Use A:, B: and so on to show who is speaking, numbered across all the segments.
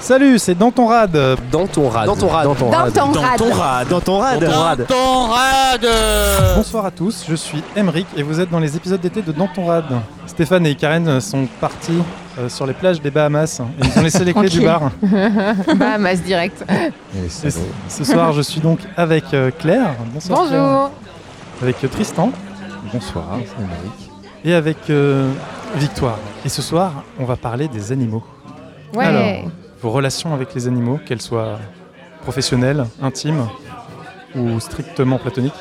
A: Salut, c'est dans ton rad. euh,
B: Dans ton rad.
C: Dans ton rad.
B: Dans ton
D: Dans
B: rad.
D: ton rad.
C: rad. Dans ton rad.
B: Dans ton rad.
E: Ton rad
A: Bonsoir à tous, je suis Emeric et vous êtes dans les épisodes d'été de Dans ton rad. Stéphane et Karen euh, sont partis euh, sur les plages des Bahamas et ils ont laissé les clés du
D: Tranquille.
A: bar.
D: Bahamas direct.
A: Et c- ce soir, je suis donc avec euh, Claire. Bonsoir. Claire.
D: Bonjour.
A: Avec euh, Tristan
C: Bonsoir, Amérique.
A: et avec euh, Victoire. Et ce soir, on va parler des animaux.
D: Ouais.
A: Alors. Vos relations avec les animaux, qu'elles soient professionnelles, intimes ou strictement platoniques.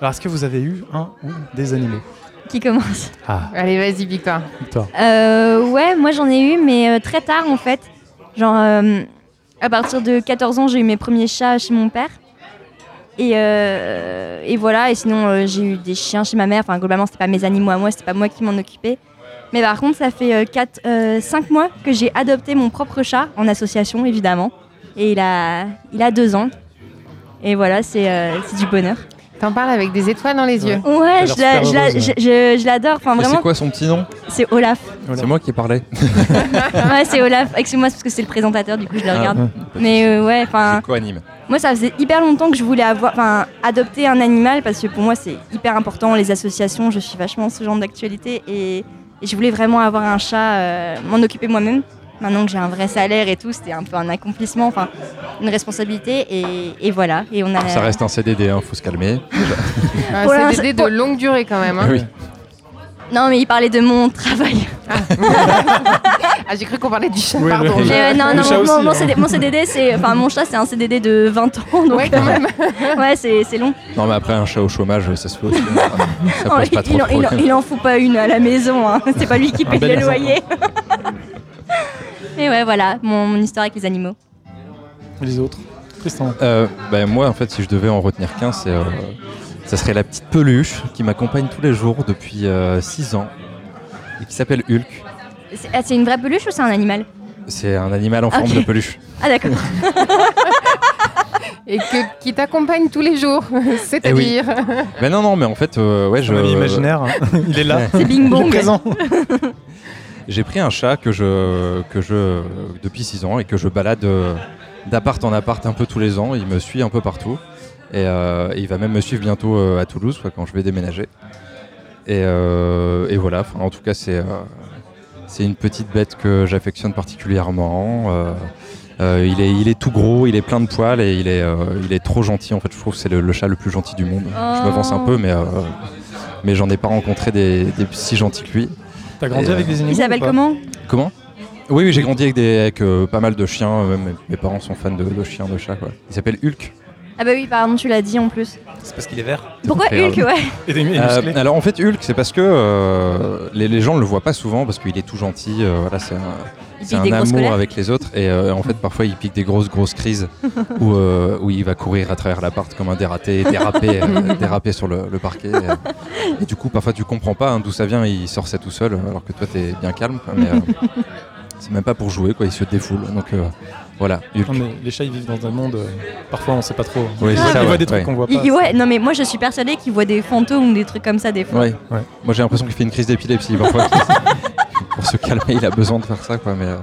A: Alors, est-ce que vous avez eu un ou des animaux
F: Qui commence
A: Ah,
D: Allez, vas-y, Victoire.
A: Victoire.
F: Euh, Ouais, moi j'en ai eu, mais euh, très tard en fait. Genre, euh, à partir de 14 ans, j'ai eu mes premiers chats chez mon père. Et, euh, et voilà, et sinon euh, j'ai eu des chiens chez ma mère. Enfin, globalement, c'était pas mes animaux à moi, c'était pas moi qui m'en occupais. Mais par contre, ça fait euh, 4, 5 mois que j'ai adopté mon propre chat, en association évidemment. Et il a, il a 2 ans. Et voilà, c'est euh, c'est du bonheur.
D: T'en parles avec des étoiles dans les
A: Ouais.
D: yeux.
F: Ouais,
A: l'air
F: je la-
A: super
F: je la-
A: heureuse, hein.
F: je
A: ouais.
F: je- je l'adore. Enfin,
C: Mais c'est
F: vraiment,
C: quoi son petit nom
F: c'est Olaf.
A: Olaf.
C: C'est moi qui parlais.
F: Ouais, c'est Olaf. Excuse-moi, c'est parce que c'est le présentateur, du coup, je le
C: Ah,
F: regarde.
A: ouais.
F: Mais euh, ouais, enfin,
C: Je co-anime.
F: moi, ça faisait hyper longtemps que je voulais avoir, enfin, adopter un animal parce que pour moi, c'est hyper important. Les associations, je suis vachement ce genre d'actualité et, et je voulais vraiment avoir un chat, euh, m'en occuper moi-même. Maintenant que j'ai un vrai salaire et tout, c'était un peu un accomplissement, enfin, une responsabilité et, et voilà. Et on a.
C: Ça reste un CDD, hein, faut se calmer.
D: Un
F: Pour la-
D: CDD de
F: pour-
D: longue durée quand même. hein.
C: Oui.
F: Non, mais il parlait de mon travail.
D: Ah, j'ai cru qu'on parlait du chat,
A: Oui,
D: pardon.
A: le-
D: Je-
F: Mais, euh, non,
A: Le
F: non,
A: chat
F: mon,
A: aussi,
F: mon
A: hein.
F: CD mon CDD, c'est, enfin, mon chat, c'est un CDD de 20 ans, donc euh,
D: Ouais, quand même.
F: ouais, c'est c'est long.
C: Non, mais après, un chat au chômage, ça se fait aussi. hein. ça
F: Oh,
C: pose
F: il,
C: pas trop
F: il
C: de
F: en, il en-
C: problème.
F: il en fout pas une à la maison, hein. c'est pas lui qui
A: Un
F: paye
A: bel
F: le
A: exemple.
F: loyer. Et ouais, voilà mon, mon histoire avec les animaux.
A: Les autres. Tristan.
C: Euh, ben, moi, en fait, si je devais en retenir qu'un, c'est, euh, ça serait la petite peluche qui m'accompagne tous les jours depuis 6 ans et qui s'appelle Hulk.
F: C'est ah, c'est une vraie peluche ou c'est un animal
C: C'est un animal en
F: Ok.
C: forme de peluche.
F: Ah d'accord.
D: Et que, qui t'accompagne tous les jours. C'est-à-dire.
A: Eh
C: Ben non, non, mais en fait, euh, ouais, je.
A: Mon ami imaginaire,
C: hein.
A: il est là.
F: C'est Bing
A: Il est
F: Bong.
A: présent.
C: J'ai pris un chat que je, que je depuis 6 ans et que je balade euh, d'appart en appart un peu tous les ans. Il me suit un peu partout. Et euh, il va même me suivre bientôt euh, à Toulouse quoi, quand je vais déménager. Et, euh, et voilà, Enfin, en tout cas, c'est euh, c'est une petite bête que j'affectionne particulièrement. Euh, euh, il, est, il est tout gros, il est plein de poils et il est, euh, il est trop gentil. En fait, je trouve que c'est le, le chat le plus gentil du monde. Je m'avance un peu, mais, euh, mais j'en ai pas rencontré des, des si gentils que lui.
A: T'as grandi
C: Et, euh,
A: avec des animaux
F: Il s'appelle
A: ou pas
F: comment
C: Comment Oui, oui, j'ai grandi avec, des, avec euh, pas mal de chiens. euh, mes, mes parents sont fans de, de chiens, de chats. Quoi. Il s'appelle Hulk.
F: Ah bah oui, pardon, tu l'as dit en plus.
A: C'est parce qu'il est vert.
F: Pourquoi
C: pas grave.
F: Hulk ouais
A: Et des et
C: Euh,
A: musclé.
C: alors en fait, Hulk, c'est parce que euh, les, les gens ne le voient pas souvent parce qu'il est tout gentil. euh, voilà, c'est un,
F: Il
C: c'est
F: pique
C: un
F: des grosses
C: amour
F: colères.
C: avec les autres. Et euh, en fait, parfois, il pique des grosses, grosses crises où, euh, où il va courir à travers l'appart comme un dératé, déraper, euh, déraper sur le, le parquet. Et, euh, et du coup, parfois, tu comprends pas hein, d'où ça vient. Il sort ça tout seul alors que toi, t'es bien calme. quoi, mais euh, c'est même pas pour jouer, quoi. Il se défoule. Donc euh, voilà, Hulk.
A: Non, mais les chats ils vivent dans un monde, euh, parfois on sait pas trop.
C: Oui,
A: ils
C: c'est
A: voient,
C: ça,
A: ils voient
C: ouais,
A: des trucs
C: ouais.
A: qu'on voit pas.
F: Il- ouais, non mais moi je suis persuadée qu'il voit des fantômes ou des trucs comme ça des fois.
C: Ouais.
A: Ouais.
C: Moi j'ai l'impression qu'il fait une crise d'épilepsie parfois. pour se calmer, il a besoin de faire ça quoi. Mais, euh,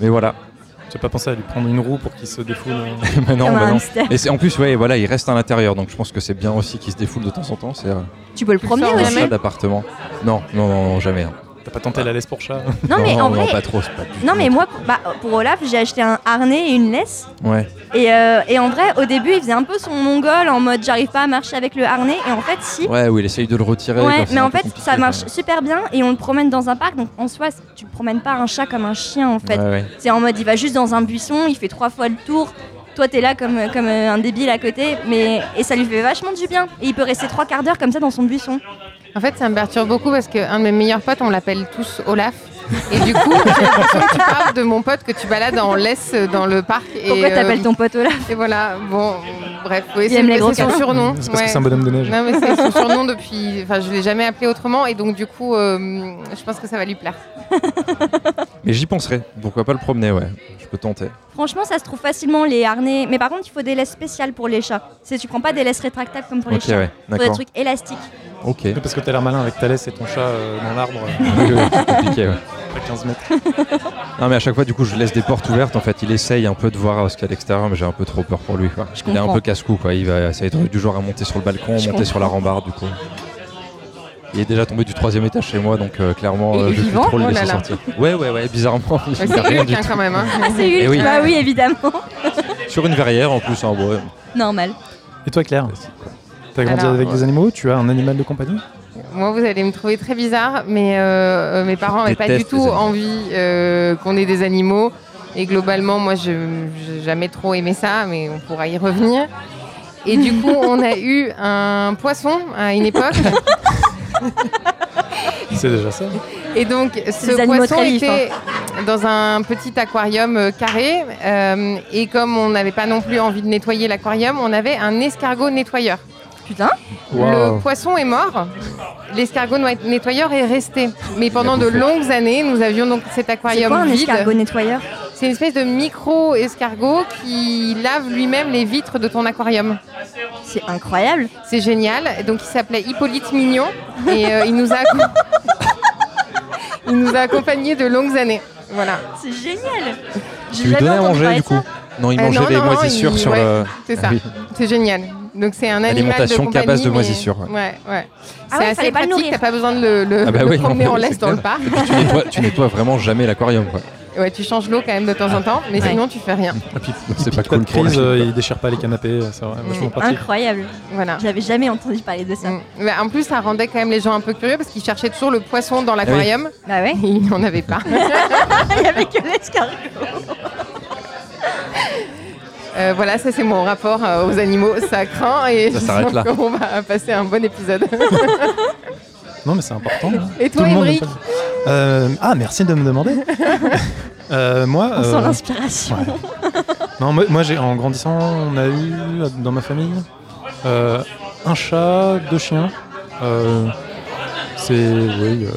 C: mais voilà.
A: J'ai pas pensé à lui prendre une roue pour qu'il se défoule. euh.
C: mais non,
F: Comme
C: mais
F: un
C: non.
F: hamster.
C: Et c'est- en plus, ouais, voilà, il reste à l'intérieur, donc je pense que c'est bien aussi qu'il se défoule de temps en temps. C'est euh,
F: Tu peux le promener
D: sors
C: un
F: aussi.
D: jamais.
C: chat d'appartement. Non, non, non, non, jamais. hein.
A: T'as pas tenté la laisse pour chat
F: Non mais en
C: non,
F: vrai,
C: pas trop. c'est pas du
F: non
C: tout
F: mais
C: notre-
F: moi pour- bah, pour Olaf j'ai acheté un harnais et une laisse.
C: Ouais.
F: Et, euh, et en vrai, au début, il faisait un peu son mongol en mode j'arrive pas à marcher avec le harnais. Et en fait, si.
C: Ouais, où il essaye de le retirer.
F: Ouais,
C: quoi, c'est
F: mais
C: un
F: en
C: peu
F: fait,
C: compliqué,
F: ça
C: quoi.
F: marche super bien et on le promène dans un parc. Donc en soi, c'est- tu promènes pas un chat comme un chien en fait.
C: Ouais, ouais.
F: C'est en mode il va juste dans un buisson, il fait trois fois le tour. Toi, t'es là comme, comme euh, un débile à côté, mais et ça lui fait vachement du bien. Et il peut rester trois quarts d'heure comme ça dans son buisson.
D: En fait, ça me perturbe beaucoup parce qu'un de mes meilleurs potes, on l'appelle tous Olaf. Et du coup, j'ai l'impression que tu parles de mon pote que tu balades en laisse dans le parc. Et,
F: Pourquoi t'appelles
D: euh,
F: ton pote Olaf
D: Et voilà, bon, bref, oui,
F: Il
D: c'est
F: aime les gros
D: c'est son
F: câlins.
D: surnom.
A: C'est parce
D: ouais.
A: que c'est un bonhomme de neige.
D: Non, mais c'est son surnom depuis. Enfin, je l'ai jamais appelé autrement, et donc du coup, euh, je pense que ça va lui plaire.
C: Mais j'y penserai. Pourquoi pas le promener, ouais. Je peux tenter.
F: Franchement, ça se trouve facilement les harnais. Mais par contre, il faut des laisses spéciales pour les chats. C'est tu prends pas des laisses rétractables comme pour
C: Ok,
F: les chiens.
C: ouais.
F: Faut des
C: D'accord.
F: trucs élastiques.
C: Ok.
A: Parce que t'as l'air malin avec ta laisse et ton chat euh, dans l'arbre.
C: C'est compliqué, ouais.
A: à 15 mètres.
C: Non mais à chaque fois du coup je laisse des portes ouvertes en fait il essaye un peu de voir euh, ce qu'il y a à l'extérieur mais j'ai un peu trop peur pour lui quoi.
F: Je
C: Il est un
F: comprends.
C: peu casse-cou quoi, il va essayer de- du genre à monter sur le balcon, monter
F: Je
C: sur la rambarde du coup. Il est déjà tombé du troisième étage chez moi donc euh, clairement
D: Et
C: euh,
D: il est
C: je vais plus
D: vivant
C: trop le
D: Oh là
C: laisser
D: là.
C: sortir. Ouais ouais ouais bizarrement il
D: Ouais,
C: fait
D: c'est
C: rien
D: Hulk
C: du
D: hein,
C: tout.
D: quand même. hein.
F: Ah, c'est
C: Eh
F: Hulk
C: oui.
F: Bah oui, évidemment.
C: Sur une verrière en plus hein, bon, ouais.
F: Normal.
A: Et toi, Claire, t'as grandi
D: Alors,
A: avec
C: ouais.
A: des animaux Tu as un animal de compagnie
D: Moi, vous allez me trouver très bizarre, mais euh, euh, mes parents n'avaient pas du
C: déteste les
D: tout
C: animaux.
D: envie euh, qu'on ait des animaux. Et globalement, moi, je n'ai jamais trop aimé ça, mais on pourra y revenir. Et du coup, on a eu un poisson à une époque.
A: C'est déjà ça.
D: Et donc, ce
F: des animaux
D: poisson
F: très vifs, hein.
D: était dans un petit aquarium euh, carré. euh, et comme on n'avait pas non plus envie de nettoyer l'aquarium, on avait un escargot nettoyeur.
F: Putain.
A: Waouh.
D: Le poisson est mort, l'escargot noi- nettoyeur est resté. Mais pendant de
C: tout fait.
D: longues années, nous avions donc cet
F: C'est
D: aquarium
F: quoi un
D: vide.
F: escargot nettoyeur
D: C'est une espèce de micro-escargot qui lave lui-même les vitres de ton aquarium.
F: C'est incroyable.
D: C'est génial. Et Donc il s'appelait Hippolyte Mignon et euh, il nous a accom- il nous a accompagnés de longues années. Voilà,
F: C'est génial. J'ai
C: Tu lui
F: jamais
C: donnais à
F: entendu
C: manger
F: parler
C: du
F: de ça.
C: coup Non il
D: Euh,
C: mangeait
D: non,
C: les
D: non, non,
C: moisissures
D: il-
C: sur
D: ouais.
C: le...
D: c'est ça.
C: Ah oui.
D: C'est génial. Donc c'est un animal de
C: Alimentation qu'à
D: compagnie,
C: base de
D: mais-
C: moisissures, ouais.
D: Ouais, ouais.
F: Ah
D: c'est
F: ouais,
D: assez
F: fallait pas le
D: pratique.
F: nourrir.
D: T'as pas besoin de le, le-
C: Ah bah
D: le
C: oui, non,
D: promener en
C: c'est
D: laisse dans le
C: clair.
D: parc.
C: tu, nettoies, tu nettoies vraiment jamais l'aquarium quoi.
D: Ouais, tu changes l'eau quand même de temps en temps, mais
F: Ouais.
D: sinon tu fais rien.
A: Et puis,
C: C'est
A: il
C: pas
A: pique pas
C: cool
A: de
C: pour la
A: crise,
C: fille,
A: euh,
C: quoi.
A: il déchire pas les canapés, euh, c'est vrai, vachement
D: C'est
A: pratique.
F: Incroyable.
D: Voilà.
F: J'avais jamais entendu parler de ça.
D: Mm. Mais en plus, ça rendait quand même les gens un peu curieux parce qu'ils cherchaient toujours le poisson
C: Ah
D: dans l'aquarium.
F: Bah ouais.
D: Il n'y en avait pas.
F: Il y avait que l'escargot.
D: Euh, voilà, ça c'est mon rapport euh, aux animaux. Ça craint et
C: Ça
D: je
C: s'arrête
D: sens
C: là.
D: qu'on va passer un bon épisode.
A: Non, mais c'est important. hein.
D: Et toi,
A: Tout le monde
D: Émeric
A: aime pas le- Euh, Ah, merci de me demander. Euh, moi,
F: On sent
A: euh,
F: l'inspiration.
A: ouais. non, moi, moi, j'ai en grandissant, on a eu dans ma famille euh, un chat, deux chiens. Euh, c'est oui. euh,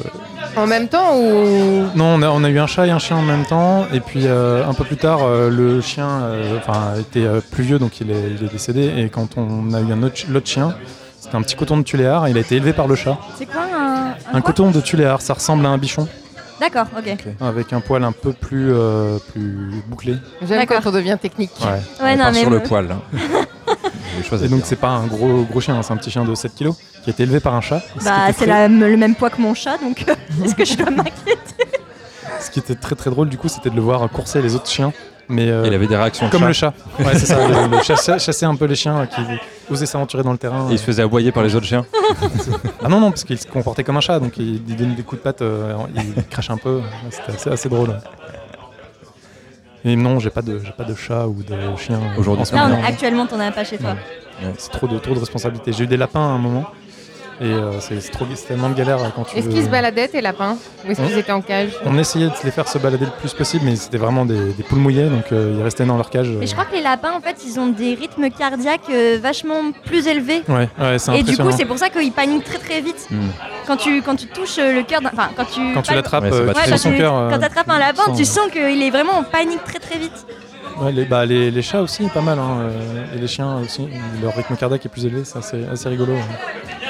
D: En même temps ou
A: Non, on a, on a eu un chat et un chien en même temps. Et puis euh, un peu plus tard, euh, le chien euh, enfin, était euh, plus vieux, donc il est, il est décédé. Et quand on a eu un autre, ch- l'autre chien, c'était un petit coton de tuléar. Il a été élevé par le chat.
F: C'est quoi un.
A: Un
F: quoi
A: coton de tuléar, ça ressemble à un bichon,
F: D'accord, ok.
A: avec un poil un peu plus, euh, plus bouclé.
D: j'aime
F: D'accord.
D: quand on devient technique.
A: Ouais.
F: Ouais,
C: On
F: non,
C: part
F: mais.
C: sur le poil. hein. J'ai des choses à
A: Et donc
C: dire.
A: c'est pas un gros gros chien, hein, c'est un petit chien de 7 kilos qui a été élevé par un chat. ce qui
F: Bah,
A: était
F: c'est
A: très-
F: la- le même poids que mon chat, donc euh, est-ce que je dois m'inquiéter
A: Ce qui était très très drôle du coup, c'était de le voir courser les autres chiens, mais euh,
C: Il avait des réactions de
A: comme
C: chat.
A: le chat. Ouais, c'est ça. le, le chasser, chasser un peu les chiens euh, qui osaient s'aventurer dans le terrain.
C: Et il se faisait aboyer par les autres chiens.
A: Ah non non, parce qu'il se comportait comme un chat, donc il, il donnait des coups de patte, euh, il crachait un peu. Ouais, C'était assez, assez drôle. Et non, j'ai pas de j'ai pas de chat ou de chien euh,
C: Aujourd'hui,
A: en ce
C: ça
F: Là,
A: moment.
F: on- actuellement, t'en as pas chez toi.
A: Ouais. C'est trop de, trop de responsabilités. J'ai eu des lapins à un moment. Et euh, c'est c'est trop- c'est tellement de galère euh, quand tu
D: Est-ce
A: veux-
D: qu'ils se baladaient tes lapins ou est-ce
A: Hein
D: qu'ils étaient en cage
A: On essayait de les faire se balader le plus possible, mais c'était vraiment des, des poules mouillées, donc euh, ils restaient dans leur cage. euh.
F: Mais je crois que les lapins, en fait, ils ont des rythmes cardiaques euh, vachement plus élevés.
A: euh. Ouais, ouais, c'est
F: Et du
A: impressionnant.
F: coup, c'est pour ça qu'ils paniquent très très vite.
C: Hmm.
F: Quand tu, quand tu touches euh, le cœur d'un. Enfin, quand tu.
A: quand tu
F: pas-
A: l'attrapes,
C: Ouais, ça
A: euh,
C: bat
A: tu
F: Ouais,
C: très
A: fais
F: quand
A: son
F: tu
A: cœur. euh,
F: quand t'attrapes un lapin,
A: sens,
F: tu sens qu'il est vraiment en panique très très vite.
A: ouais, les, bah, les, les chats aussi, pas mal, hein, euh, et les chiens aussi. Leur rythme cardiaque est plus élevé, c'est assez, assez rigolo. ouais.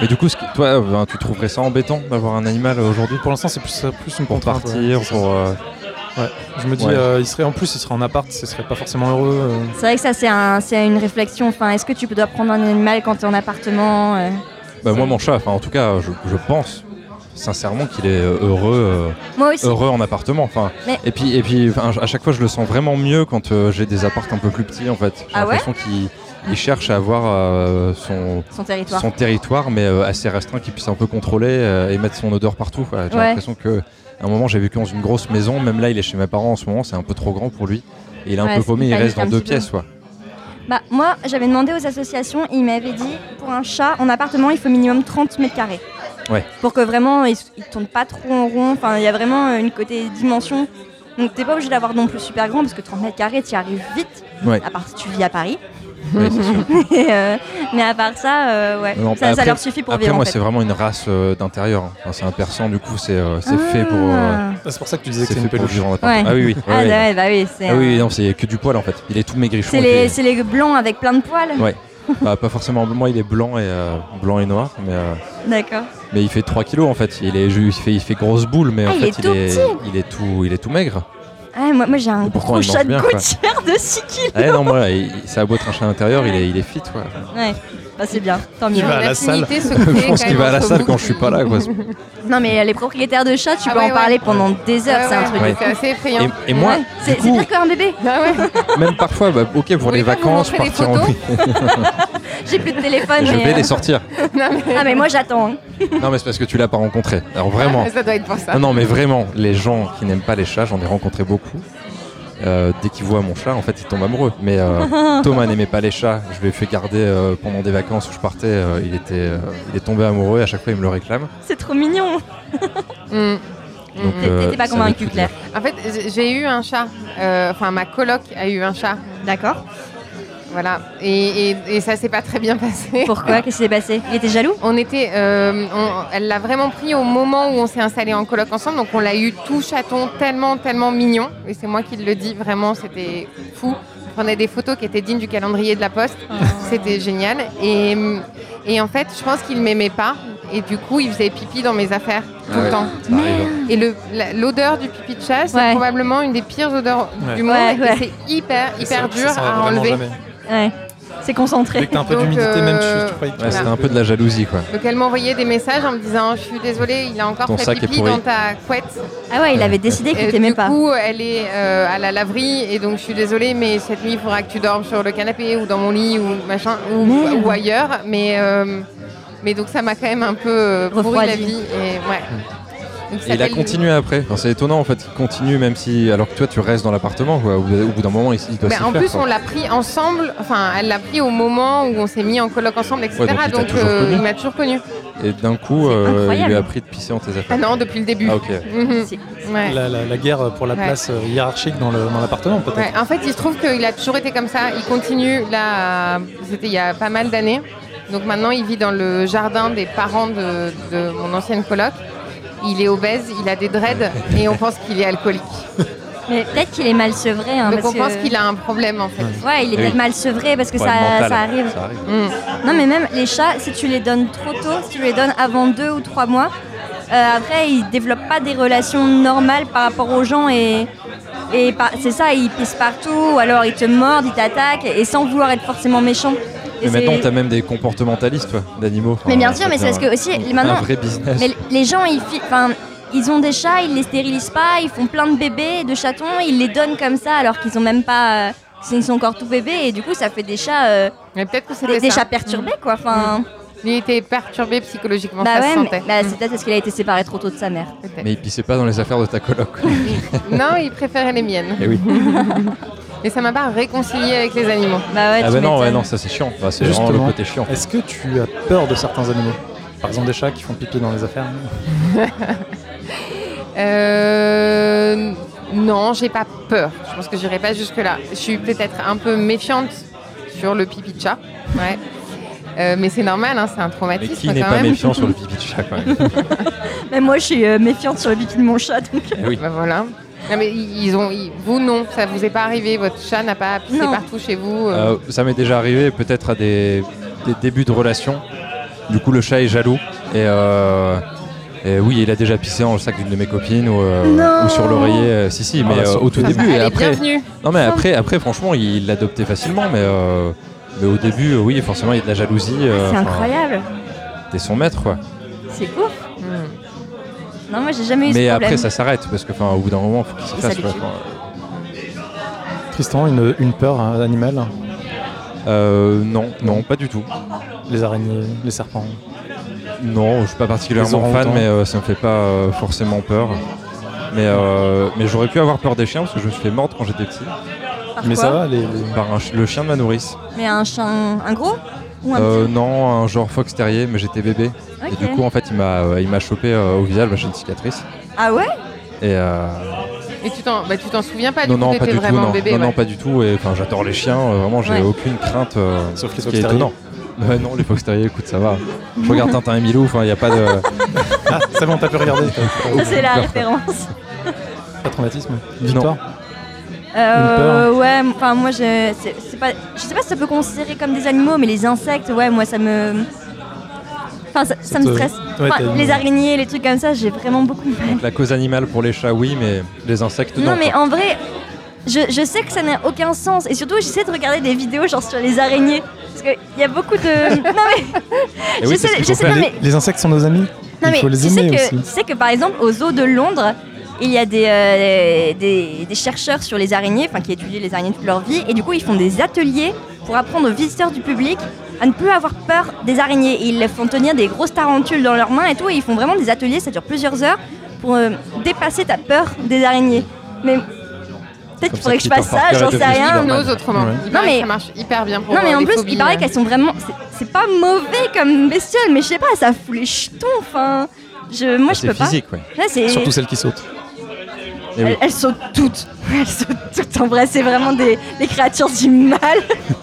C: Mais du coup, ce qui- toi, euh, ben, tu trouverais ça embêtant d'avoir un animal euh, aujourd'hui
A: Pour l'instant, c'est plus, ça, plus une
C: pour
A: contrainte. ouais.
C: partir, pour. euh,
A: Je me dis,
C: Ouais.
A: euh, il serait, en plus, il serait en appart, ce serait pas forcément heureux. euh.
F: C'est vrai que ça, c'est un, c'est une réflexion. Enfin, est-ce que tu dois prendre un animal quand t'es en appartement euh
C: Bah, moi, mon chat, enfin, en tout cas, je, je pense sincèrement qu'il est euh, heureux,
F: Moi aussi.
C: euh, heureux en appartement. Enfin,
F: Mais-
C: et puis, et puis, enfin, à chaque fois, je le sens vraiment mieux quand euh, j'ai des appartes un peu plus petits. En fait, j'ai
F: Ah ouais
C: l'impression qu'il il cherche à avoir euh, son
F: Son territoire.
C: son territoire, mais euh, assez restreint, qu'il puisse un peu contrôler euh, et mettre son odeur partout. quoi. J'ai
F: Ouais.
C: l'impression que à un moment j'ai vécu dans une grosse maison, même là il est chez mes parents en ce moment, c'est un peu trop grand pour lui. Et il est un
F: Ouais,
C: peu
F: c'est-
C: paumé,
F: il
C: il
F: panique
C: reste dans
F: un
C: deux
F: petit peu.
C: pièces. Quoi.
F: Bah, moi, j'avais demandé aux associations, ils m'avaient dit pour un chat en appartement, il faut minimum 30 mètres carrés.
C: Ouais.
F: Pour que vraiment, ils ne tournent pas trop en rond. Enfin, il y a vraiment euh, une côté dimension. Donc, t'es pas obligé d'avoir non plus super grand parce que 30 mètres carrés, t'y arrives vite.
C: Ouais.
F: À part si tu vis à Paris.
C: Ouais, c'est sûr.
F: Et, euh, mais à part ça, euh, ouais.
C: Non,
F: ça,
C: après-
F: ça leur suffit pour
C: Après,
F: vivre.
C: moi,
F: en fait.
C: c'est vraiment une race euh, d'intérieur. hein. Enfin, c'est un persan, du coup, c'est euh, c'est fait pour. euh,
F: Ah.
A: Ah, C'est pour ça que tu disais
C: c'est
A: que c'est
C: fait
A: une
C: pour
A: peluche.
C: vivre en appartement.
F: Ouais.
C: Ah oui, oui.
F: Ah,
C: ouais, ouais.
F: ouais, bah oui, c'est.
C: Ah oui,
F: un-
C: non, c'est que du poil en fait. Il est tout maigrichon.
F: C'est
C: et
F: les,
C: puis-
F: c'est les blancs avec plein de poils.
C: Ouais. bah, pas forcément. Moi, il est blanc et euh, blanc et noir, mais euh,
F: D'accord.
C: Mais il fait 3 kilos en fait. Il, est, ju- il, fait, il fait grosse boule, mais
F: Ah,
C: en
F: il
C: fait
F: est tout
C: il, est tout, il est tout maigre.
F: Ah, moi, moi j'ai un
C: Mais pourtant,
F: gros
C: il mange
F: chat de
C: bien, quoi.
F: gouttière de 6 kilos.
C: Eh non, moi, il- ça a beau être un chat intérieur, il est, il est fit. Quoi.
F: Ouais, bah, c'est bien, tant mieux.
A: Il va à la
D: L'affinité se crée
C: Je pense
D: quand même
C: qu'il va à la
D: entre
C: salle
D: vous.
C: quand je suis pas là. Quoi.
F: Non, mais les propriétaires de chats, tu
D: Ah
F: peux
D: ouais,
F: en
D: ouais.
F: parler pendant des heures,
D: Ouais,
F: c'est un
D: ouais,
F: truc.
D: C'est assez effrayant.
C: Et, et moi,
F: Ouais,
C: du
F: c'est c'est
C: coup,
F: pire qu'un bébé.
D: Ah ouais.
C: même parfois, bah, ok, pour
D: voulez
C: les
D: pas vous
C: vacances,
D: montrer des
C: partir en
D: photos
C: week-end,
F: J'ai plus de téléphone.
C: je
F: mais,
C: vais
F: euh,
C: les sortir.
F: Ah, mais moi j'attends. hein.
C: Non, mais c'est parce que tu l'as pas rencontré. Alors vraiment.
D: Ça doit être pour ça.
C: Non, non, mais vraiment, les gens qui n'aiment pas les chats, j'en ai rencontré beaucoup. Euh, dès qu'ils voient mon chat, en fait, ils tombent amoureux. Mais
D: Ah.
C: euh, Thomas n'aimait pas les chats. Je l'ai fait garder euh, pendant des vacances où je partais. euh, il, était, euh, il est tombé amoureux et à chaque fois, il me le réclame.
F: C'est trop mignon.
D: Mm.
C: Donc,
F: T'étais
C: euh,
F: pas
C: ça
F: convaincu,
C: veut tout
F: Claire.
D: En
C: dire.
D: fait, j'ai- j'ai eu un chat. Euh, Enfin, ma coloc a eu un chat.
F: D'accord.
D: Voilà. Et, et- et ça s'est pas très bien passé.
F: Pourquoi Qu'est-ce qui s'est passé Il était jaloux
D: On était, euh, on- elle l'a vraiment pris au moment où on s'est installé en coloc ensemble, donc on l'a eu tout chaton, tellement, tellement mignon. Et c'est moi qui le dis, vraiment, c'était fou. On prenait des photos qui étaient dignes du calendrier de la poste.
F: Oh.
D: C'était génial. Et, et en fait, je pense qu'il m'aimait pas. Et du coup, il faisait pipi dans mes affaires tout
C: Ah ouais.
D: le temps.
C: Ça arrive.
D: Et le- la- l'odeur du pipi de chat, c'est
F: Ouais.
D: probablement une des pires odeurs
A: Ouais.
D: du monde.
F: Ouais, ouais.
D: Et c'est hyper, hyper
A: Ça, ça
D: dur
A: sent
D: à
A: vraiment
D: enlever.
A: jamais.
F: Ouais. C'est
A: Dès
F: concentré.
A: que t'as un peu
D: Donc,
A: d'humidité, même si tu
D: euh,
A: croyais que-
C: Ouais, c'était
D: Voilà.
C: un peu de la jalousie, quoi.
D: Donc elle m'envoyait des messages en me disant je suis désolée il a encore
C: Ton
D: fait
C: sac est
D: pipi
C: pourri.
D: dans ta couette.
F: Ah ouais, il avait décidé qu'il
D: Et
F: t'aimait
D: Euh, du
F: pas.
D: coup elle est euh, à la laverie et donc je suis désolée mais cette nuit il faudra que tu dormes sur le canapé ou dans mon lit ou machin ou,
F: Merde.
D: ou ailleurs mais euh, mais donc ça m'a quand même un peu euh, pourri la
F: Refroidi.
D: vie et ouais. Donc, ça
C: Hmm. Et il a
D: s'appelle-
C: continué après. Enfin, c'est étonnant en fait qu'il continue même si alors que toi tu restes dans l'appartement. quoi. Au bout au bout d'un moment il, il doit
D: Mais
F: Bah,
C: s'y
D: Ben, en
C: faire,
D: plus,
C: quoi.
D: on l'a pris ensemble, enfin, elle l'a pris au moment où on s'est mis en coloc ensemble, etc.
C: Ouais, donc il t'a
D: donc
C: toujours connu.
D: il m'a toujours connu.
C: Et d'un coup euh, il
F: incroyable.
C: lui a appris de pisser en tes
D: Ah
C: affaires.
D: non, depuis le début.
C: Ah, ok.
D: Mhm.
F: C'est-
D: Ouais.
A: la, la- la guerre pour la
D: Ouais.
A: place euh, hiérarchique dans le- dans l'appartement, peut-être.
D: Ouais, en fait, il se trouve qu'il a toujours été comme ça. Il continue, là, à- c'était il y a pas mal d'années. Donc maintenant, il vit dans le jardin des parents de, de mon ancienne coloc. Il est obèse, il a des dreads et on pense qu'il est alcoolique.
F: Mais peut-être qu'il est mal sevré. hein,
D: Donc
F: parce
D: on pense
F: que-
D: qu'il a un problème en fait.
F: Ouais, il est
C: Eh
F: peut-être
C: oui.
F: mal sevré parce que
C: Problème
F: ça,
C: mental. hein.
F: ça arrive.
C: Ça arrive.
D: Mm.
F: Non, mais même les chats, si tu les donnes trop tôt, si tu les donnes avant deux ou trois mois, euh, après, ils développent pas des relations normales par rapport aux gens et, et par- c'est ça, ils pissent partout, ou alors ils te mordent, ils t'attaquent, et sans vouloir être forcément méchant. Et
C: Mais maintenant
F: c'est-
C: t'as même des comportementalistes toi, d'animaux.
F: Mais bien
C: Enfin,
F: sûr, mais c'est parce que aussi,
C: un-
F: maintenant-
C: un vrai business.
F: Mais les gens, ils, fi- enfin, ils ont des chats, ils les stérilisent pas, ils font plein de bébés, de chatons, ils les donnent comme ça alors qu'ils ont même pas. euh, ils sont encore tout bébés et du coup ça fait des chats, euh,
D: Mais peut-être que c'était
F: des, des
D: ça.
F: chats perturbés quoi. Enfin,
D: Mm. Il était perturbé psychologiquement,
F: bah
D: ça se
F: ouais,
D: sentait.
F: mais- bah,
D: Mm.
F: c'est peut-être parce qu'il a été séparé trop tôt de sa mère.
D: Peut-être.
C: Mais il pissait pas dans les affaires de ta coloc. quoi.
D: Non, il préférait les miennes.
C: Eh oui.
D: Et ça m'a pas réconcilié avec les animaux.
F: Bah ouais,
C: Ah
F: tu
C: bah non, ouais,
F: m'étonnes.
C: non, ça c'est chiant. Bah, c'est vraiment le
A: Justement.
C: côté chiant.
A: Est-ce que tu as peur de certains animaux Par exemple, des chats qui font pipi dans les affaires
D: Euh, non, j'ai pas peur. Je pense que j'irai pas jusque là. Je suis peut-être un peu méfiante sur le pipi de chat. Ouais. Euh, mais c'est normal, hein, c'est un
C: Mais
D: traumatisme
C: qui n'est
D: quand
C: pas
D: même.
C: méfiant sur le pipi de chat quand même
F: Mais moi je suis euh, méfiante sur le pipi de mon chat donc.
C: Eh oui.
D: Bah voilà. Non, mais ils ils ont, ils- vous non, ça vous est pas arrivé. Votre chat n'a pas pissé
F: Non.
D: partout chez vous. euh.
C: Euh, ça m'est déjà arrivé, peut-être à des, des débuts de relation. Du coup, le chat est jaloux. Et, euh, et oui, il a déjà pissé dans le sac d'une de mes copines ou, euh,
F: Non. Ah bah,
C: ou sur l'oreiller. euh, Si, si, mais
A: la
C: euh, au tout
D: Enfin,
C: début.
D: Elle
C: Et
D: est
C: après,
D: bienvenue.
C: non, mais après, après franchement, il l'adoptait facilement. Mais, euh, mais au début, euh, oui, forcément, il y a de la jalousie. euh,
F: c'est
C: enfin,
F: incroyable,
C: T'es son maître, quoi.
F: c'est ouf.
D: Mm.
F: Non, moi j'ai jamais eu
C: Hmm. Mais
F: ce
C: après,
F: problème.
C: ça s'arrête. Parce que, enfin, au bout d'un moment, faut qu'il s'y
F: Il
C: fasse.
F: s'habitue.
C: quoi. Enfin,
A: Tristan, une, une peur hein, animale
C: euh, non, non, pas du tout.
A: Les araignées, les serpents.
C: Non, je suis pas
A: Les
C: particulièrement fan,
A: orangs-outans.
C: mais euh, ça me fait pas euh, forcément peur. Mais, euh, mais j'aurais pu avoir peur des chiens parce que je me suis fait mordre quand j'étais petit
F: Par
A: mais
F: quoi
A: ça va, les, les-
C: par un ch- le chien de ma nourrice.
F: Mais un chat, un gros ou un
C: Euh, non, un genre fox terrier, mais j'étais bébé.
F: petit
C: Et du coup, en fait, il m'a euh, il m'a chopé euh, au visage, bah, j'ai une cicatrice.
F: Ah ouais
C: Et euh,
D: Et tu t'en, bah, tu t'en souviens
F: Ah,
D: pas
C: non,
D: du coup,
C: non, pas
D: t'étais
C: du tout.
D: vraiment
C: Non,
D: bébé.
C: non,
D: ouais.
C: non, pas du tout. Et enfin, j'adore les chiens. euh, vraiment, j'ai
F: Ouais.
C: aucune crainte. euh,
A: Sauf les
C: ce qui
A: fox
C: est
A: terriers.
C: étonnant. Ouais, non, les fox terriers, écoute, ça va. Je regarde Tintin et Milou. Enfin, il y a pas de.
A: Ah, c'est bon, t'as pu regarder.
F: Ça c'est la
C: Peur.
F: référence.
A: Pas de traumatisme. Victoire
F: Euh,
C: hein.
F: ouais, enfin moi je, c'est- c'est pas, je sais pas si ça peut considérer comme des animaux, mais les insectes, ouais, moi ça me. Enfin, ça, ça
A: te-
F: me stresse.
A: ouais,
F: Enfin,
A: t'as-
F: les araignées, les trucs comme ça, j'ai vraiment beaucoup de mal.
C: Donc, la cause animale pour les chats, oui, mais les insectes,
F: Non,
C: non.
F: mais
C: quoi.
F: en vrai, je, je sais que ça n'a aucun sens. Et surtout, j'essaie de regarder des vidéos genre sur les araignées. Parce qu'il y a beaucoup de. non, mais.
C: Et Eh oui,
F: je
C: c'est ce
F: sais,
C: qu'il
F: je
C: faut
F: sais,
C: faire.
F: non, mais.
A: Les insectes sont nos amis.
F: Non,
A: Il
F: mais
A: faut les
F: tu, sais
A: aimer
F: que,
A: aussi.
F: tu sais que par exemple, aux zoos de Londres, il y a des, euh, des, des chercheurs sur les araignées, enfin qui étudient les araignées toute leur vie, et du coup, ils font des ateliers pour apprendre aux visiteurs du public à ne plus avoir peur des araignées. Et ils les font tenir des grosses tarentules dans leurs mains et tout, et ils font vraiment des ateliers, ça dure plusieurs heures, pour euh, dépasser ta peur des araignées. Mais peut-être
C: Comme
F: qu'il faudrait que je
C: ça,
F: fasse
C: Peter
F: ça,
C: Parker est
F: j'en sais
C: devenu
F: rien.
C: Superman.
D: L'hypnose autrement.
A: Ouais.
D: Il
F: Non,
D: paraît que
F: mais-
D: ça marche hyper bien pour
F: Non mais
D: euh,
F: en
D: les
F: plus,
D: phobies,
F: il paraît
D: euh.
F: qu'elles sont vraiment, c'est- c'est pas mauvais comme bestiole, mais je sais pas, ça fout les jetons. Enfin, je,
A: Ah,
F: moi je
C: C'est
F: peux pas.
C: physique, oui.
F: Ouais, c'est-
A: Surtout celles qui sautent.
C: Et oui.
F: elles, elles sautent toutes. Elles sautent toutes. En vrai, c'est vraiment des, des créatures du mal.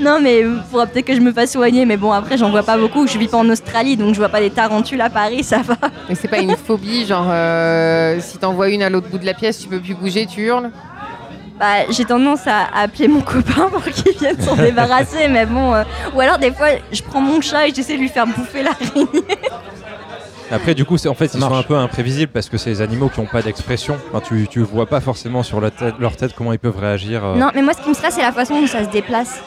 F: non, mais euh, faudra peut-être que je me fasse soigner. Mais bon, après, j'en vois pas beaucoup. Je vis pas en Australie, donc je vois pas des tarentules à Paris, ça va.
D: Mais c'est pas une phobie, genre euh, si t'en vois une à l'autre bout de la pièce, tu peux plus bouger, tu hurles.
F: Bah, j'ai tendance à à appeler mon copain pour qu'il vienne s'en débarrasser. mais bon, euh, ou alors des fois, je prends mon chat et j'essaie de lui faire bouffer l'araignée.
C: Après, du coup, c'est- en fait, ils
A: Marche.
C: sont un peu imprévisibles parce que c'est les animaux qui n'ont pas d'expression. Enfin, tu, tu vois pas forcément sur la tête- leur tête comment ils peuvent réagir. euh.
F: Non, mais moi, ce qui me stresse, c'est la façon dont ça se déplace.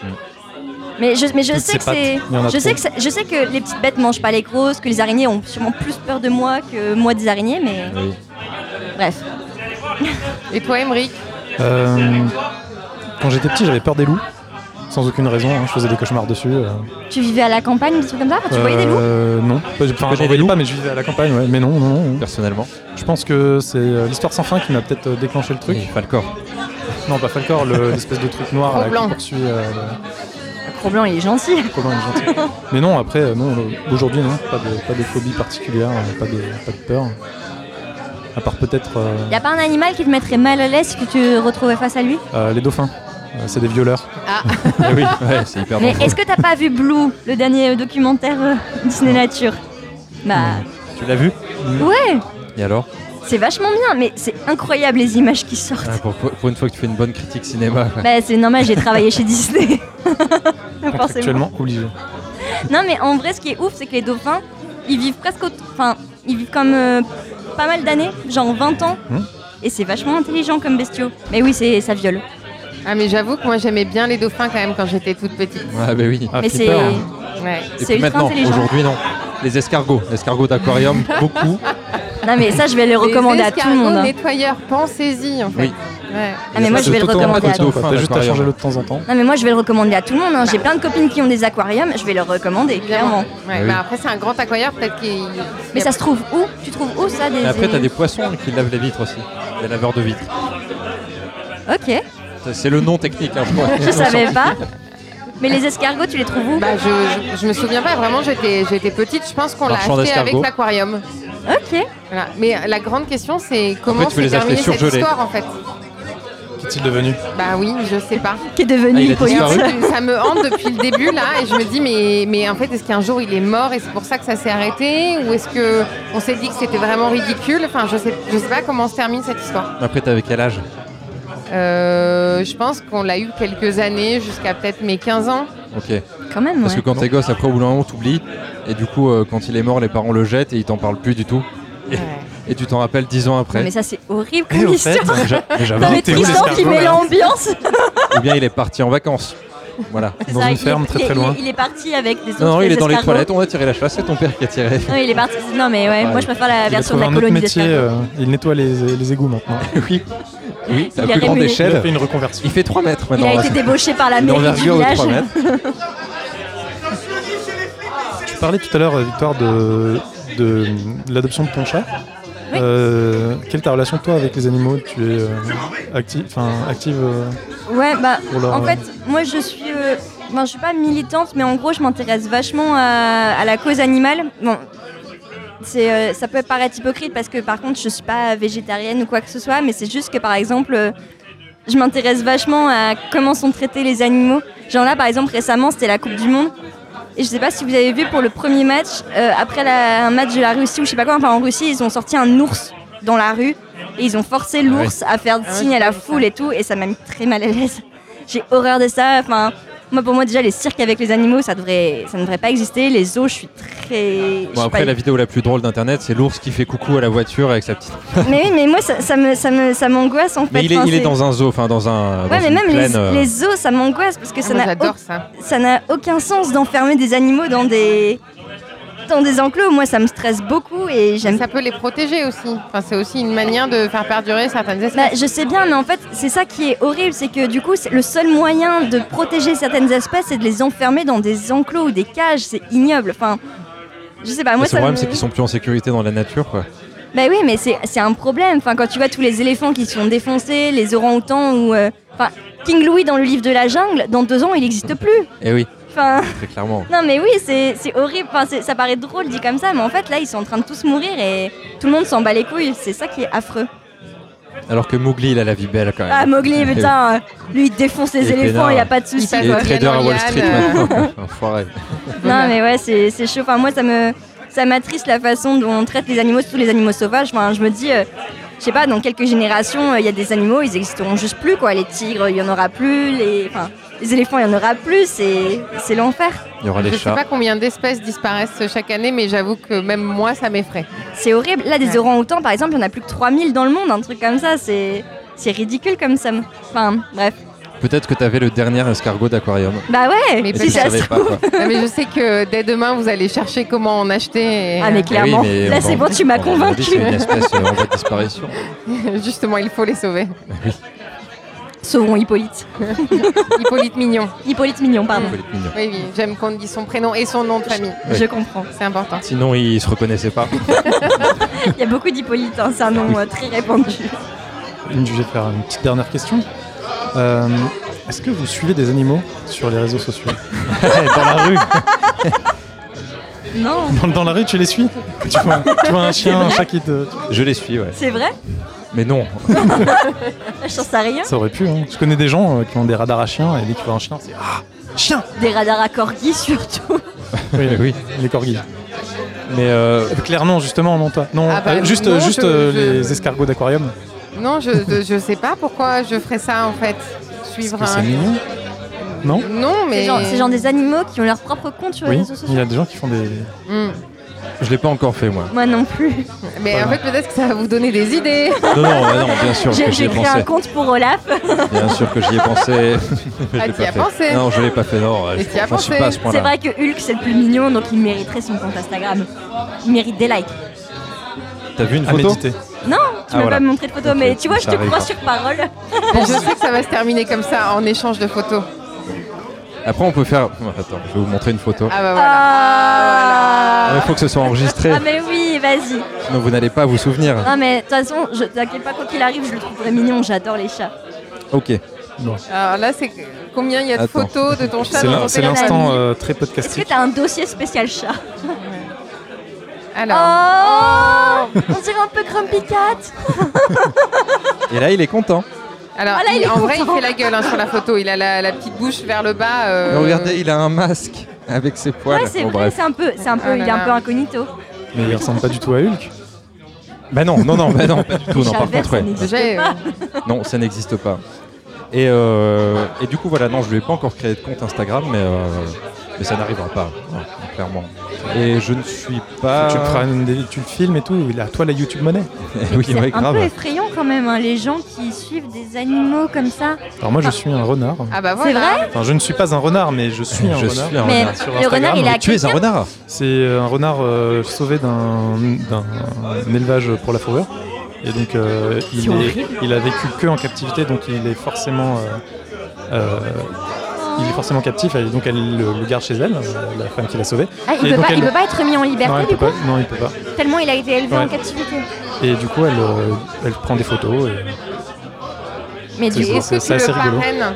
F: Mais je, mais je
A: Mm. Toutes
F: sais
A: ces
F: que
A: pattes,
F: c'est,
A: il y en a
F: je
A: trop.
F: sais que c'est- je sais que les petites bêtes mangent pas les grosses, que les araignées ont sûrement plus peur de moi que moi des araignées, mais
C: Oui.
F: bref.
D: Et toi, Emeric
A: Euh, quand j'étais petit, j'avais peur des loups. Sans aucune raison, hein, je faisais des cauchemars dessus. euh.
F: Tu vivais à la campagne, des trucs comme ça, enfin, tu voyais des loups
A: Euh, Non, Enfin, j'en
C: connais des
A: voyais
C: loups
A: pas, mais je vivais à la campagne, ouais. Mais non, non, non. non.
C: Personnellement,
A: Je pense que c'est euh, l'histoire sans fin qui m'a peut-être euh, déclenché le truc.
C: oui, pas le corps.
A: Non, pas Falcor, le- l'espèce de truc noir
D: Trop
A: là, qui
D: blanc.
A: poursuit euh,
F: Trop blanc, il est gentil.
A: le Colin et le gentil. Mais non, après, euh, non, le- aujourd'hui, non, pas de, pas de phobie particulière, euh, pas de, pas de peur. À part peut-être euh,
F: Y a pas un animal qui te mettrait mal à l'aise si tu te retrouvais face à lui
A: euh, les dauphins. Euh, c'est des violeurs.
F: Oh,
C: Eh oui, ouais, c'est
A: Ah
C: hyper
F: Mais
C: dangereux.
F: est-ce que t'as pas vu Blue, le dernier documentaire euh, Disney Nature Bah
C: Tu l'as vu
F: ouais,
C: Et alors
F: c'est vachement bien, mais c'est incroyable les images qui sortent.
C: Ah, pour, pour- pour une fois que tu fais une bonne critique cinéma. quoi.
F: Bah c'est normal, j'ai travaillé chez Disney. Forcément.
A: Actuellement obligés.
F: Non, mais en vrai, ce qui est ouf, c'est que les dauphins, ils vivent presque. aut- Enfin, ils vivent comme euh, pas mal d'années, genre 20 ans.
A: Hmm.
F: Et c'est vachement intelligent comme bestiaux. Mais oui, c'est ça viole.
D: Ah, mais j'avoue que moi j'aimais bien les dauphins quand même quand j'étais toute petite.
C: Ah, bah oui.
A: Ah,
F: mais c'est.
A: flipper, hein.
D: Ouais.
C: Et
F: C'est
C: puis
F: ultra
C: maintenant,
F: intelligent.
C: aujourd'hui, non. Les escargots, escargots d'aquarium, beaucoup.
F: Non, mais ça, je vais le recommander à tout le monde. hein.
D: nettoyeur, pensez-y en fait.
C: Oui.
D: Ouais.
F: Ah, mais moi, je vais le
A: Tout autant,
F: recommander
A: pas
F: à
A: de
C: tout le
F: tout
A: temps,
C: monde.
A: quoi. T'as juste à changer l'eau de temps en temps.
F: Non, mais moi, je vais le recommander à tout le monde. hein. J'ai plein de copines qui ont des aquariums, je vais leur recommander,
D: Bah. Évidemment.
F: clairement.
D: Ouais,
C: Ah oui.
D: mais après, c'est un grand aquarium, peut-être qu'il.
F: Mais ça se trouve où Tu trouves où ça des...
C: Et après, t'as des poissons qui lavent les vitres aussi. Des laveurs de vitres.
F: Ok,
C: Ça, C'est le nom technique. Hein,
F: je savais pas. Mais les escargots, tu les trouves où
D: Bah, je, je, je me souviens pas vraiment, j'étais j'étais petite, je pense qu'on l'a
C: Marchand
D: acheté avec
C: d'escargots.
D: l'aquarium.
F: Ok.
D: Voilà. Mais la grande question, c'est comment
C: tu peux
D: s'est
C: les acheter
D: terminée cette
C: surgelés.
D: histoire en fait
A: Qu'est-il devenu
D: Bah oui, je sais pas.
F: Qui est devenu
C: Ah, il a
F: Hippolyte.
C: disparu.
D: Et ça me hante depuis le début là et je me dis mais, mais en fait est-ce qu'un jour il est mort et c'est pour ça que ça s'est arrêté ou est-ce que on s'est dit que c'était vraiment ridicule enfin je sais je sais pas comment se termine cette histoire
C: Après, t'avais quel âge
D: Euh, je pense qu'on l'a eu quelques années jusqu'à peut-être mes 15 ans
C: Ok.
F: Quand même,
C: Parce
F: ouais.
C: que quand t'es gosse, après, au bout d'un moment, t'oublies. Et du coup, euh, quand il est mort, les parents le jettent et ils t'en parlent plus du tout. Et, et tu t'en rappelles dix ans
F: Non,
C: après.
F: mais ça, c'est horrible
C: Eh,
A: Et
F: comme
A: Eh, au fait,
F: histoire.
C: Mais j'a- mais j'avais
F: Non, mais
A: T'es où,
F: Tristan qui
A: l'escargot,
F: met
A: là
F: l'ambiance.
C: Ou bien il est parti en vacances. Voilà.
A: Dans
F: Ça,
A: une
F: il est-
A: ferme très
F: il est-
A: très loin.
F: Il, est parti avec des autres.
C: Non, non, il est dans les
F: escargots.
C: toilettes, on a tiré la chasse, c'est ton père qui a tiré.
F: Non, il est parti. Non, mais ouais,
C: Ouais.
F: moi je préfère la
A: Il a
F: version
A: trouvé
F: de la
A: un autre
F: colonie
A: métier,
F: d'escargots.
A: euh, il nettoie les, les égouts maintenant.
C: oui. Oui, c'est à
F: Il a
C: plus grande
F: rémunéré.
A: Il a
C: échelle.
A: fait une reconversion.
C: Il fait 3 mètres
F: Il
C: maintenant.
F: a
C: là,
F: été
C: c'est-
F: débauché par la
C: une
F: mairie du
C: envergure de
F: village.
C: 3 mètres.
A: Tu parlais tout à l'heure, euh, Victoire, de, de, de l'adoption de ton chat.
F: Oui.
A: Euh, quelle est ta relation toi avec les animaux Tu es euh, acti- enfin, active euh,
F: Ouais, bah,
A: pour leur. euh,
F: en fait, moi je suis. euh, ben, je suis pas militante, mais en gros, je m'intéresse vachement à, à la cause animale. Bon, c'est, euh, ça peut paraître hypocrite parce que par contre, je suis pas végétarienne ou quoi que ce soit, mais c'est juste que par exemple, euh, je m'intéresse vachement à comment sont traités les animaux. Genre là, par exemple, récemment, c'était la Coupe du Monde. Et je sais pas si vous avez vu pour le premier match, euh, après la- un match de la Russie ou je sais pas quoi, enfin en Russie, ils ont sorti un ours dans la rue et ils ont forcé l'ours à faire
D: Ah ouais,
F: signe à
D: j'ai
F: la
D: vu ça.
F: foule et tout, et ça m'a mis très mal à l'aise. J'ai horreur de ça. Enfin, Moi, pour moi, déjà, les cirques avec les animaux, ça, devrait, ça ne devrait pas exister. Les zoos, je suis très. je suis
C: Bon, après,
F: pas-
C: la vidéo la plus drôle d'internet, c'est l'ours qui fait coucou à la voiture avec sa petite.
F: Mais oui, mais moi, ça, ça me, ça, me, ça m'angoisse en fait.
C: Mais il est,
F: Enfin,
C: il est
F: c'est-
C: dans un zoo, enfin dans un.
F: Ouais,
C: dans
F: mais
C: une
F: même
C: plaine,
F: les,
C: euh,
F: les zoos, ça m'angoisse parce que ça
D: Ah, moi,
F: n'a au-
D: j'adore ça.
F: ça n'a aucun sens d'enfermer des animaux dans des dans des enclos. Moi, ça me stresse beaucoup et j'aime.
D: Ça peut les protéger aussi. Enfin, c'est aussi une manière de faire perdurer certaines
F: Bah,
D: espèces.
F: je sais bien, mais en fait, c'est ça qui est horrible, c'est que du coup, c'est le seul moyen de protéger certaines espèces, c'est de les enfermer dans des enclos ou des cages. C'est ignoble. Enfin, je sais pas.
C: mais
F: Moi,
C: son
F: ça.
C: problème,
F: me-
C: c'est qu'ils sont plus en sécurité dans la nature, quoi.
F: Bah oui, mais c'est c'est un problème. Enfin, quand tu vois tous les éléphants qui sont défoncés, les orangs-outans ou euh, enfin King Louis dans le livre de la jungle, dans deux ans, il n'existe plus.
C: Et Eh oui,
F: Enfin.
C: très clairement.
F: Non mais oui, c'est c'est horrible, enfin, c'est- ça paraît drôle dit comme ça, mais en fait là ils sont en train de tous mourir et tout le monde s'en bat les couilles, c'est ça qui est affreux.
C: Alors que Mowgli, il a la vie belle quand même.
F: Ah Mowgli,
C: Et oui.
F: putain, euh, lui il défonce les
C: Et
F: éléphants,
C: peinard.
F: il n'y a pas de
D: Il
F: souci.
D: passe
C: Et
F: quoi.
D: Ouais,
C: trader à Wall
D: Morgane,
C: Street
D: euh.
C: maintenant. Enfoiré.
F: Non mais ouais, c'est c'est chaud, enfin moi ça me ça m'attriste la façon dont on traite les animaux, surtout les animaux sauvages, enfin je me dis... euh, je sais pas, dans quelques générations, euh, il y a des animaux, ils existeront juste plus, quoi. Les tigres, il y en aura plus. Les, enfin, les éléphants, il y en aura plus. C'est c'est l'enfer.
C: Il y aura
D: Je
C: les
D: sais
C: chats.
D: pas combien d'espèces disparaissent chaque année, mais j'avoue que même moi, ça m'effraie.
F: C'est horrible. Là, des
D: Ouais.
F: orangs-outans, par exemple, il n'y en a plus que 3000 dans le monde, un truc comme ça. C'est c'est ridicule comme somme. Enfin, bref.
C: Peut-être que t'avais le dernier escargot d'aquarium.
F: Bah ouais,
D: Mais
C: Et
F: si
C: tu
D: peut-être.
F: ça
C: le
F: se
C: savais pas,
F: trouve.
C: quoi.
D: Ah, mais je sais que dès demain, vous allez chercher comment en acheter. et,
F: Ah, mais clairement.
C: Eh oui, mais
F: Là,
C: on
F: c'est
C: va-
F: bon, tu m'as
C: on va- on va dire
F: convaincu.
C: que C'est une espèce euh, en voie de disparition.
D: euh, justement, il faut les sauver.
F: Sauvons Hippolyte.
D: Hippolyte Mignon.
F: Hippolyte Mignon, pardon.
C: Faut être mignon.
D: Oui, oui, j'aime qu'on dise son prénom et son nom de famille.
C: Oui.
F: Je comprends.
D: C'est important.
C: Sinon, il se reconnaissait pas.
F: Il y a beaucoup d'Hippolyte, hein, c'est un nom euh, très répandu.
A: Il me jugeait de faire une petite dernière question. Euh, Est-ce que vous suivez des animaux sur les réseaux sociaux Dans la rue
F: Non,
A: dans, dans la rue, tu les suis tu vois, tu vois un chien, un chat qui te...
C: Je les suis, ouais.
F: c'est vrai
C: Mais non.
F: Je n'en sais rien.
A: Ça aurait pu, hein. Je connais des gens euh, qui ont des radars à chiens, et dès que tu vois un chien, c'est... Ah Chien
F: Des radars à corgi surtout.
A: Oui,
C: Eh oui.
A: les corgis.
C: Mais euh,
A: Claire, non, justement, non, toi. Non,
D: Ah bah,
A: euh, juste,
D: non,
A: juste
D: je-
A: euh,
D: je-
A: les escargots d'aquarium.
D: Non, je, je, je sais pas pourquoi je ferais ça en fait. Suivre
A: Parce que
D: un.
A: c'est mignon. Non
D: Non, mais.
F: C'est genre, c'est genre des animaux qui ont leur propre compte sur les
A: Oui,
F: réseaux
A: il
F: sociaux.
A: y a des gens qui font des...
D: Mm.
C: je l'ai pas encore fait, moi.
F: Moi non plus.
D: Mais en fait, peut-être que ça va vous donner des idées.
C: Non, non, non, bien sûr
F: J'ai
C: que j'y
F: j'ai
C: ai
F: créé un
C: pensé.
F: compte pour Olaf.
C: Bien sûr que j'y ai pensé. Je
D: Ah,
C: l'ai
D: t'y as
C: pas fait.
D: pensé
C: Non, je l'ai pas fait. Non,
D: Mais
C: je-
D: t'y as
C: j'en suis
D: pensé
C: pas à ce
F: C'est
C: point-là.
F: vrai que Hulk c'est le plus mignon donc il mériterait son compte Instagram. Il mérite des likes.
C: T'as vu une
A: à
C: photo
A: méditer.
F: Non, tu
C: Ah,
F: m'as
C: voilà.
F: pas montré de photo,
C: Ok,
F: mais tu vois, je
C: ça
F: te
C: arrive
F: crois
C: hein. pas.
F: sur parole.
D: je sais que ça va se terminer comme ça en échange de photos.
C: Après, on peut faire. Attends, je vais vous montrer une photo.
D: Ah bah voilà.
F: Ah,
C: Il faut que ce soit enregistré,
F: Ah, mais oui, vas-y.
C: sinon vous n'allez pas vous souvenir.
F: Non, mais de toute façon, je t'inquiète pas, quoi qu'il arrive, je le trouverai mignon, j'adore les chats.
C: Ok.
D: Alors là, c'est combien il y a de
C: Attends.
D: photos de ton chat
A: C'est
D: dans
A: l'in-
D: ton
A: c'est
D: téléphone
A: l'instant euh, très
F: Est-ce que
A: podcastique.
F: t'as un dossier spécial chat
D: Alors,
F: Oh On dirait un peu Grumpy Cat
C: Et là, il est content.
D: alors
F: Ah là,
D: il-
F: il est
D: en vrai, il
F: content.
D: fait la gueule hein, sur la photo. Il a la, la petite bouche vers le bas. euh,
C: Mais Regardez, il a un masque avec ses poils.
F: Ouais, c'est
C: Bon,
F: vrai,
C: bref.
F: c'est un peu, c'est un peu,
D: Ah
F: il
D: là
F: est un
D: là.
F: peu incognito.
A: Mais il ressemble pas du tout à Hulk.
C: Bah non, non, non, bah non, pas du tout. Non,
F: Chat
C: par
F: vert,
C: contre, ouais.
F: ça n'existe
D: Déjà, euh,
C: Non, ça n'existe pas. Et, euh, et du coup, voilà, non, je lui ai pas encore créé de compte Instagram, mais, euh, mais ça n'arrivera pas, hein, clairement. Et je ne suis pas.
A: Tu, le feras une des- tu le filmes et tout, il a toi la YouTube monnaie.
C: Eh oui,
F: C'est
C: ouais,
F: un peu
C: grave.
F: effrayant quand même, hein, les gens qui suivent des animaux comme ça.
A: Alors moi je suis un renard.
D: ah bah
F: C'est
D: voilà.
F: vrai
A: Enfin je ne suis pas un renard mais je suis un
C: Je
A: renard.
C: suis un
F: Mais
C: renard.
A: Sur
F: le renard,
A: Instagram,
F: il
A: mais
F: a
C: Mais tu es un
F: quelqu'un
C: renard
A: C'est un renard euh, sauvé d'un d'un élevage pour la fourrure. Et donc euh, il, est, il a vécu que en captivité donc il est forcément euh, euh, il est forcément captif et donc elle le, le garde chez elle, euh, la femme qui l'a sauvé.
F: Ah, il,
A: Et
F: peut
A: donc
F: pas,
A: elle-
F: il peut pas être mis en
A: non,
F: liberté
A: il
F: du
A: peut
F: coup,
A: pas, non il peut pas.
F: tellement il a été élevé en
A: Ouais.
F: captivité.
A: Et du coup elle, euh, elle prend des photos. et-
F: Mais
A: C'est
F: du
A: ça.
F: coup,
D: Est-ce que
A: c'est
D: tu
A: assez
D: le
A: rigolo.
D: parraines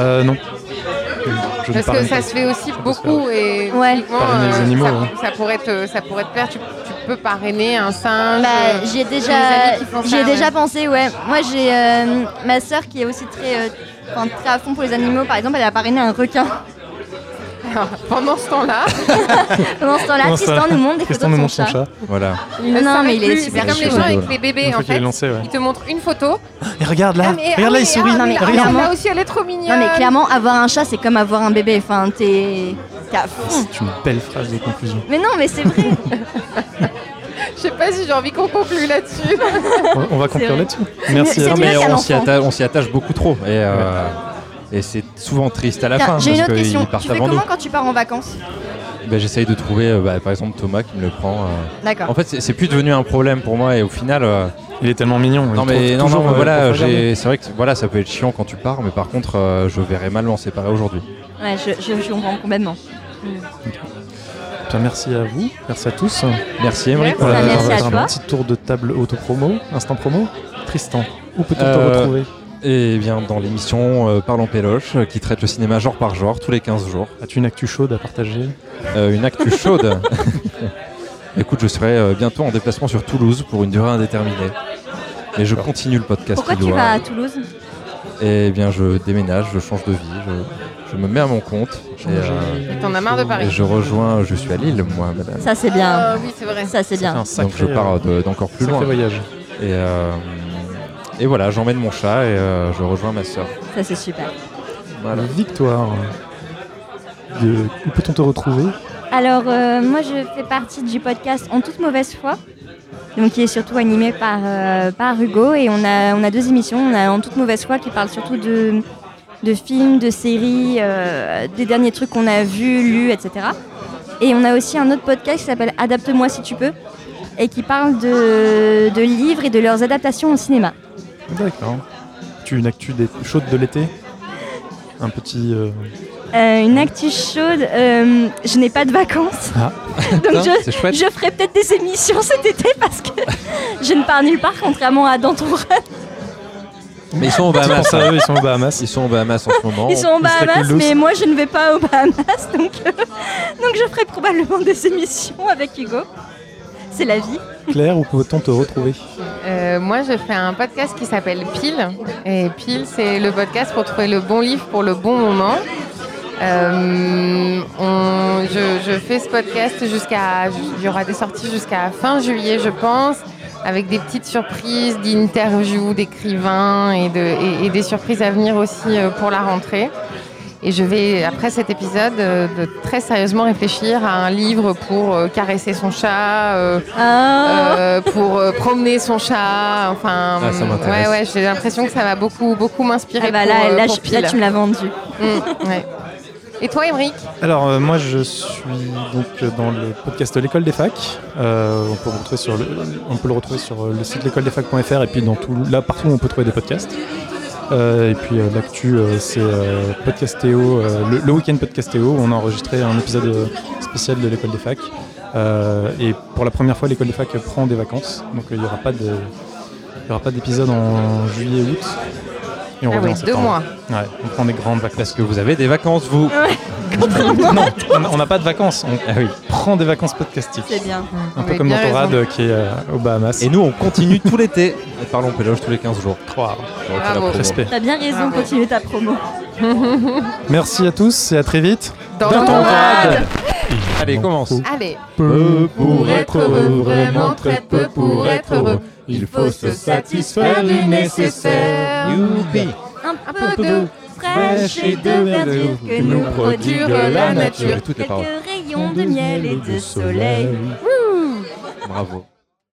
A: Euh, non. Je ne
D: Parce que
A: parle
D: ça
A: pas.
D: se fait aussi
A: peut se
D: beaucoup et
F: Ouais.
D: typiquement,
A: Parrainer les animaux,
D: ça,
F: hein.
A: ouais.
D: ça pourrait te, ça pourrait te plaire. Tu, tu peux parrainer un singe.
F: Bah,
D: euh,
F: j'y ai
D: J'ai
F: déjà,
D: des amis qui font
F: j'y
D: ça,
F: ai déjà
D: ouais.
F: pensé, ouais. Moi, j'ai euh, ma sœur qui est aussi très, euh, enfin, très à fond pour les animaux. Par exemple, elle a parrainé un requin.
D: Alors, pendant ce temps-là,
F: Pendant ce temps-là,
A: Pendant ce
F: Tristan
A: temps-là,
F: nous montre des
A: Tristan
F: photos
A: nous
F: de son
A: montre son
F: chat.
A: chat.
C: Voilà.
D: il ne
F: Non,
D: s'arrête
F: mais il est
D: plus.
F: super
D: C'est comme
C: chou.
D: les gens avec les
A: Une
D: bébés, en
A: fois qu'il
D: fait.
A: est lancé, ouais.
D: Ils te montrent une photo.
A: Et regarde là,
D: Ah, mais- ah,
A: regarde là,
D: mais-
A: il sourit.
D: ah, mais- ah,
A: regarde.
D: là aussi, elle est trop mignonne.
F: Non mais clairement, avoir un chat, c'est comme avoir un bébé. Enfin, t'es t'es à fond.
A: C'est une belle phrase de conclusion.
F: Mais non, mais c'est vrai.
D: Je sais pas si j'ai envie qu'on conclue là-dessus.
A: On on va conclure
F: vrai.
A: là-dessus. Merci.
F: mieux- c'est
A: Hervé.
F: mieux
C: mais
F: qu'un
C: on s'y
F: enfant.
C: attache, on s'y attache beaucoup trop. Et, euh, et c'est souvent triste à la fin
F: Tiens, J'ai une
C: parce
F: autre question.
C: qu'ils
F: Tu
C: partent
F: fais
C: avant
F: comment
C: nous.
F: quand tu pars en vacances
C: Ben, J'essaye de trouver, euh, bah, par exemple, Thomas qui me le prend. euh. En
F: D'accord.
C: fait, c'est- c'est plus devenu un problème pour moi et au final. euh,
A: Il est tellement mignon.
C: non,
A: il
C: mais
A: trouve
C: non,
A: toujours,
C: non,
A: euh,
C: voilà,
A: pour faire regarder.
C: j'ai- c'est vrai que voilà, ça peut être chiant quand tu pars, mais par contre, euh, je verrais mal m'en séparer aujourd'hui.
F: Ouais, je, je, je comprends complètement.
A: Bien, Merci à vous, merci à tous.
C: Bah,
A: euh,
C: Merci, Emery.
D: Merci.
F: Bah, merci à
A: un
F: toi.
A: petit tour de table auto-promo, instant promo. Tristan, où peut-on
C: Euh,
A: te retrouver
C: Et bien, dans l'émission euh, Parlons Péloche, euh, qui traite le cinéma genre par genre, tous les 15 jours.
A: As-tu une actu chaude à partager
C: Euh, une actu chaude. Écoute, je serai euh, bientôt en déplacement sur Toulouse pour une durée indéterminée. Et je continue le podcast.
F: Pourquoi
C: qui
F: tu
C: doit-
F: vas à Toulouse
C: Eh bien, je déménage, je change de vie, je, je me mets à mon compte. Et, euh,
D: Et t'en as marre de
C: et
D: Paris.
C: je rejoins, je suis à Lille, moi, madame.
F: Ça c'est bien.
D: Ah oui, c'est vrai.
F: Ça c'est
A: C'est
F: bien.
A: un sacré, euh,
C: Donc je pars de- d'encore plus
A: sacré
C: loin. Et,
A: voyage.
C: euh, et voilà, j'emmène mon chat et euh, je rejoins ma sœur.
F: Ça c'est super.
A: Mmh.
C: Voilà.
A: Victoire. euh, de- Où peut-on te retrouver
F: Alors euh, moi je fais partie du podcast En toute mauvaise foi, donc qui est surtout animé par, euh, par Hugo et on a, on a deux émissions. On a En toute mauvaise foi qui parle surtout de, de films, de séries, euh, des derniers trucs qu'on a vus, lus, etc. Et on a aussi un autre podcast qui s'appelle Adapte-moi si tu peux et qui parle de, de livres et de leurs adaptations au cinéma.
A: D'accord. Tu une actu des... chaude de l'été Un petit. euh,
F: Euh, une actu chaude, euh, je n'ai pas de vacances.
A: Ah.
F: Donc je,
C: C'est chouette.
F: Je ferai peut-être des émissions cet été parce que je ne pars nulle part, contrairement à Dans ton rêve.
C: Mais ils sont aux
A: C'est pour
C: Bahamas. hein.
A: ça, eux, ils sont aux Bahamas.
C: Ils sont aux Bahamas en ce moment.
F: Ils sont aux
A: on peut se la
F: Bahamas,
A: coule douce.
F: mais moi je ne vais pas aux Bahamas, donc, euh, donc je ferai probablement des émissions avec Hugo. C'est la vie.
A: Claire, où peut-on te retrouver
D: Euh, moi, je fais un podcast qui s'appelle Pile. Et Pile, c'est le podcast pour trouver le bon livre pour le bon moment. Euh, on- je, je fais ce podcast jusqu'à. Il y aura des sorties jusqu'à fin juillet, je pense, avec des petites surprises d'interviews d'écrivains et, de, et- et des surprises à venir aussi euh, pour la rentrée. Et je vais, après cet épisode, euh, de très sérieusement réfléchir à un livre pour euh, caresser son chat. euh,
F: Ah.
D: euh, pour euh, promener son chat. Enfin,
C: Ah, ça m'intéresse.
D: ouais, ouais, j'ai l'impression que ça va beaucoup, beaucoup m'inspirer.
F: Ah bah
D: pour,
F: là,
D: euh,
F: là,
D: pour
F: je-
D: Pile.
F: là, tu me l'as vendu.
D: Mm, ouais. Et toi, Émeric
A: Alors euh, moi je suis donc euh, dans le podcast L'école des facs. Euh, on, peut le retrouver sur le, on peut le retrouver sur euh, le site l'école des facs.fr et puis dans tout là partout où on peut trouver des podcasts. Euh, et puis euh, l'actu euh, c'est euh, Podcastéo, euh, le, le week-end Podcastéo, on a enregistré un épisode euh, spécial de l'école des facs. Euh, et pour la première fois l'école des facs prend des vacances, donc euh, il n'y aura pas de il y aura pas d'épisode en juillet août. Et on
D: Ah
A: revient
D: oui,
A: en
D: deux
A: septembre.
D: mois.
A: Ouais, on prend des grandes vacances.
C: Parce que vous avez des vacances, vous.
A: Non, on- on n'a pas de vacances. On
C: Ah oui.
A: prend des vacances podcastiques.
F: C'est bien.
A: Un
D: Vous
A: peu
D: avez
A: comme
D: bien
A: Mentorade
D: raison.
A: euh, qui est euh, aux Bahamas.
C: Et nous, on continue tout l'été. Parlons Péloche tous les 15 jours.
A: croire.
C: J'aurais fait la
D: Bravo.
C: promo.
A: Respect.
F: T'as bien raison,
D: Bravo.
F: continue ta promo.
A: Merci à tous et à très vite.
D: Dans
A: Dans
D: ton
A: ton
D: grade.
A: grade.
C: Allez, commence.
D: Allez.
A: Peu
B: pour être heureux, vraiment très peu pour être heureux.
A: Il
B: Faut se satisfaire du nécessaire.
C: Youpi.
F: Un peu d'eau fraîche et de verdure que nous
B: produire
F: produire
B: la
F: la
C: nature.
F: nature.
C: Toutes les
F: Quelques
C: paroles.
F: rayons de miel et de soleil.
C: Bravo.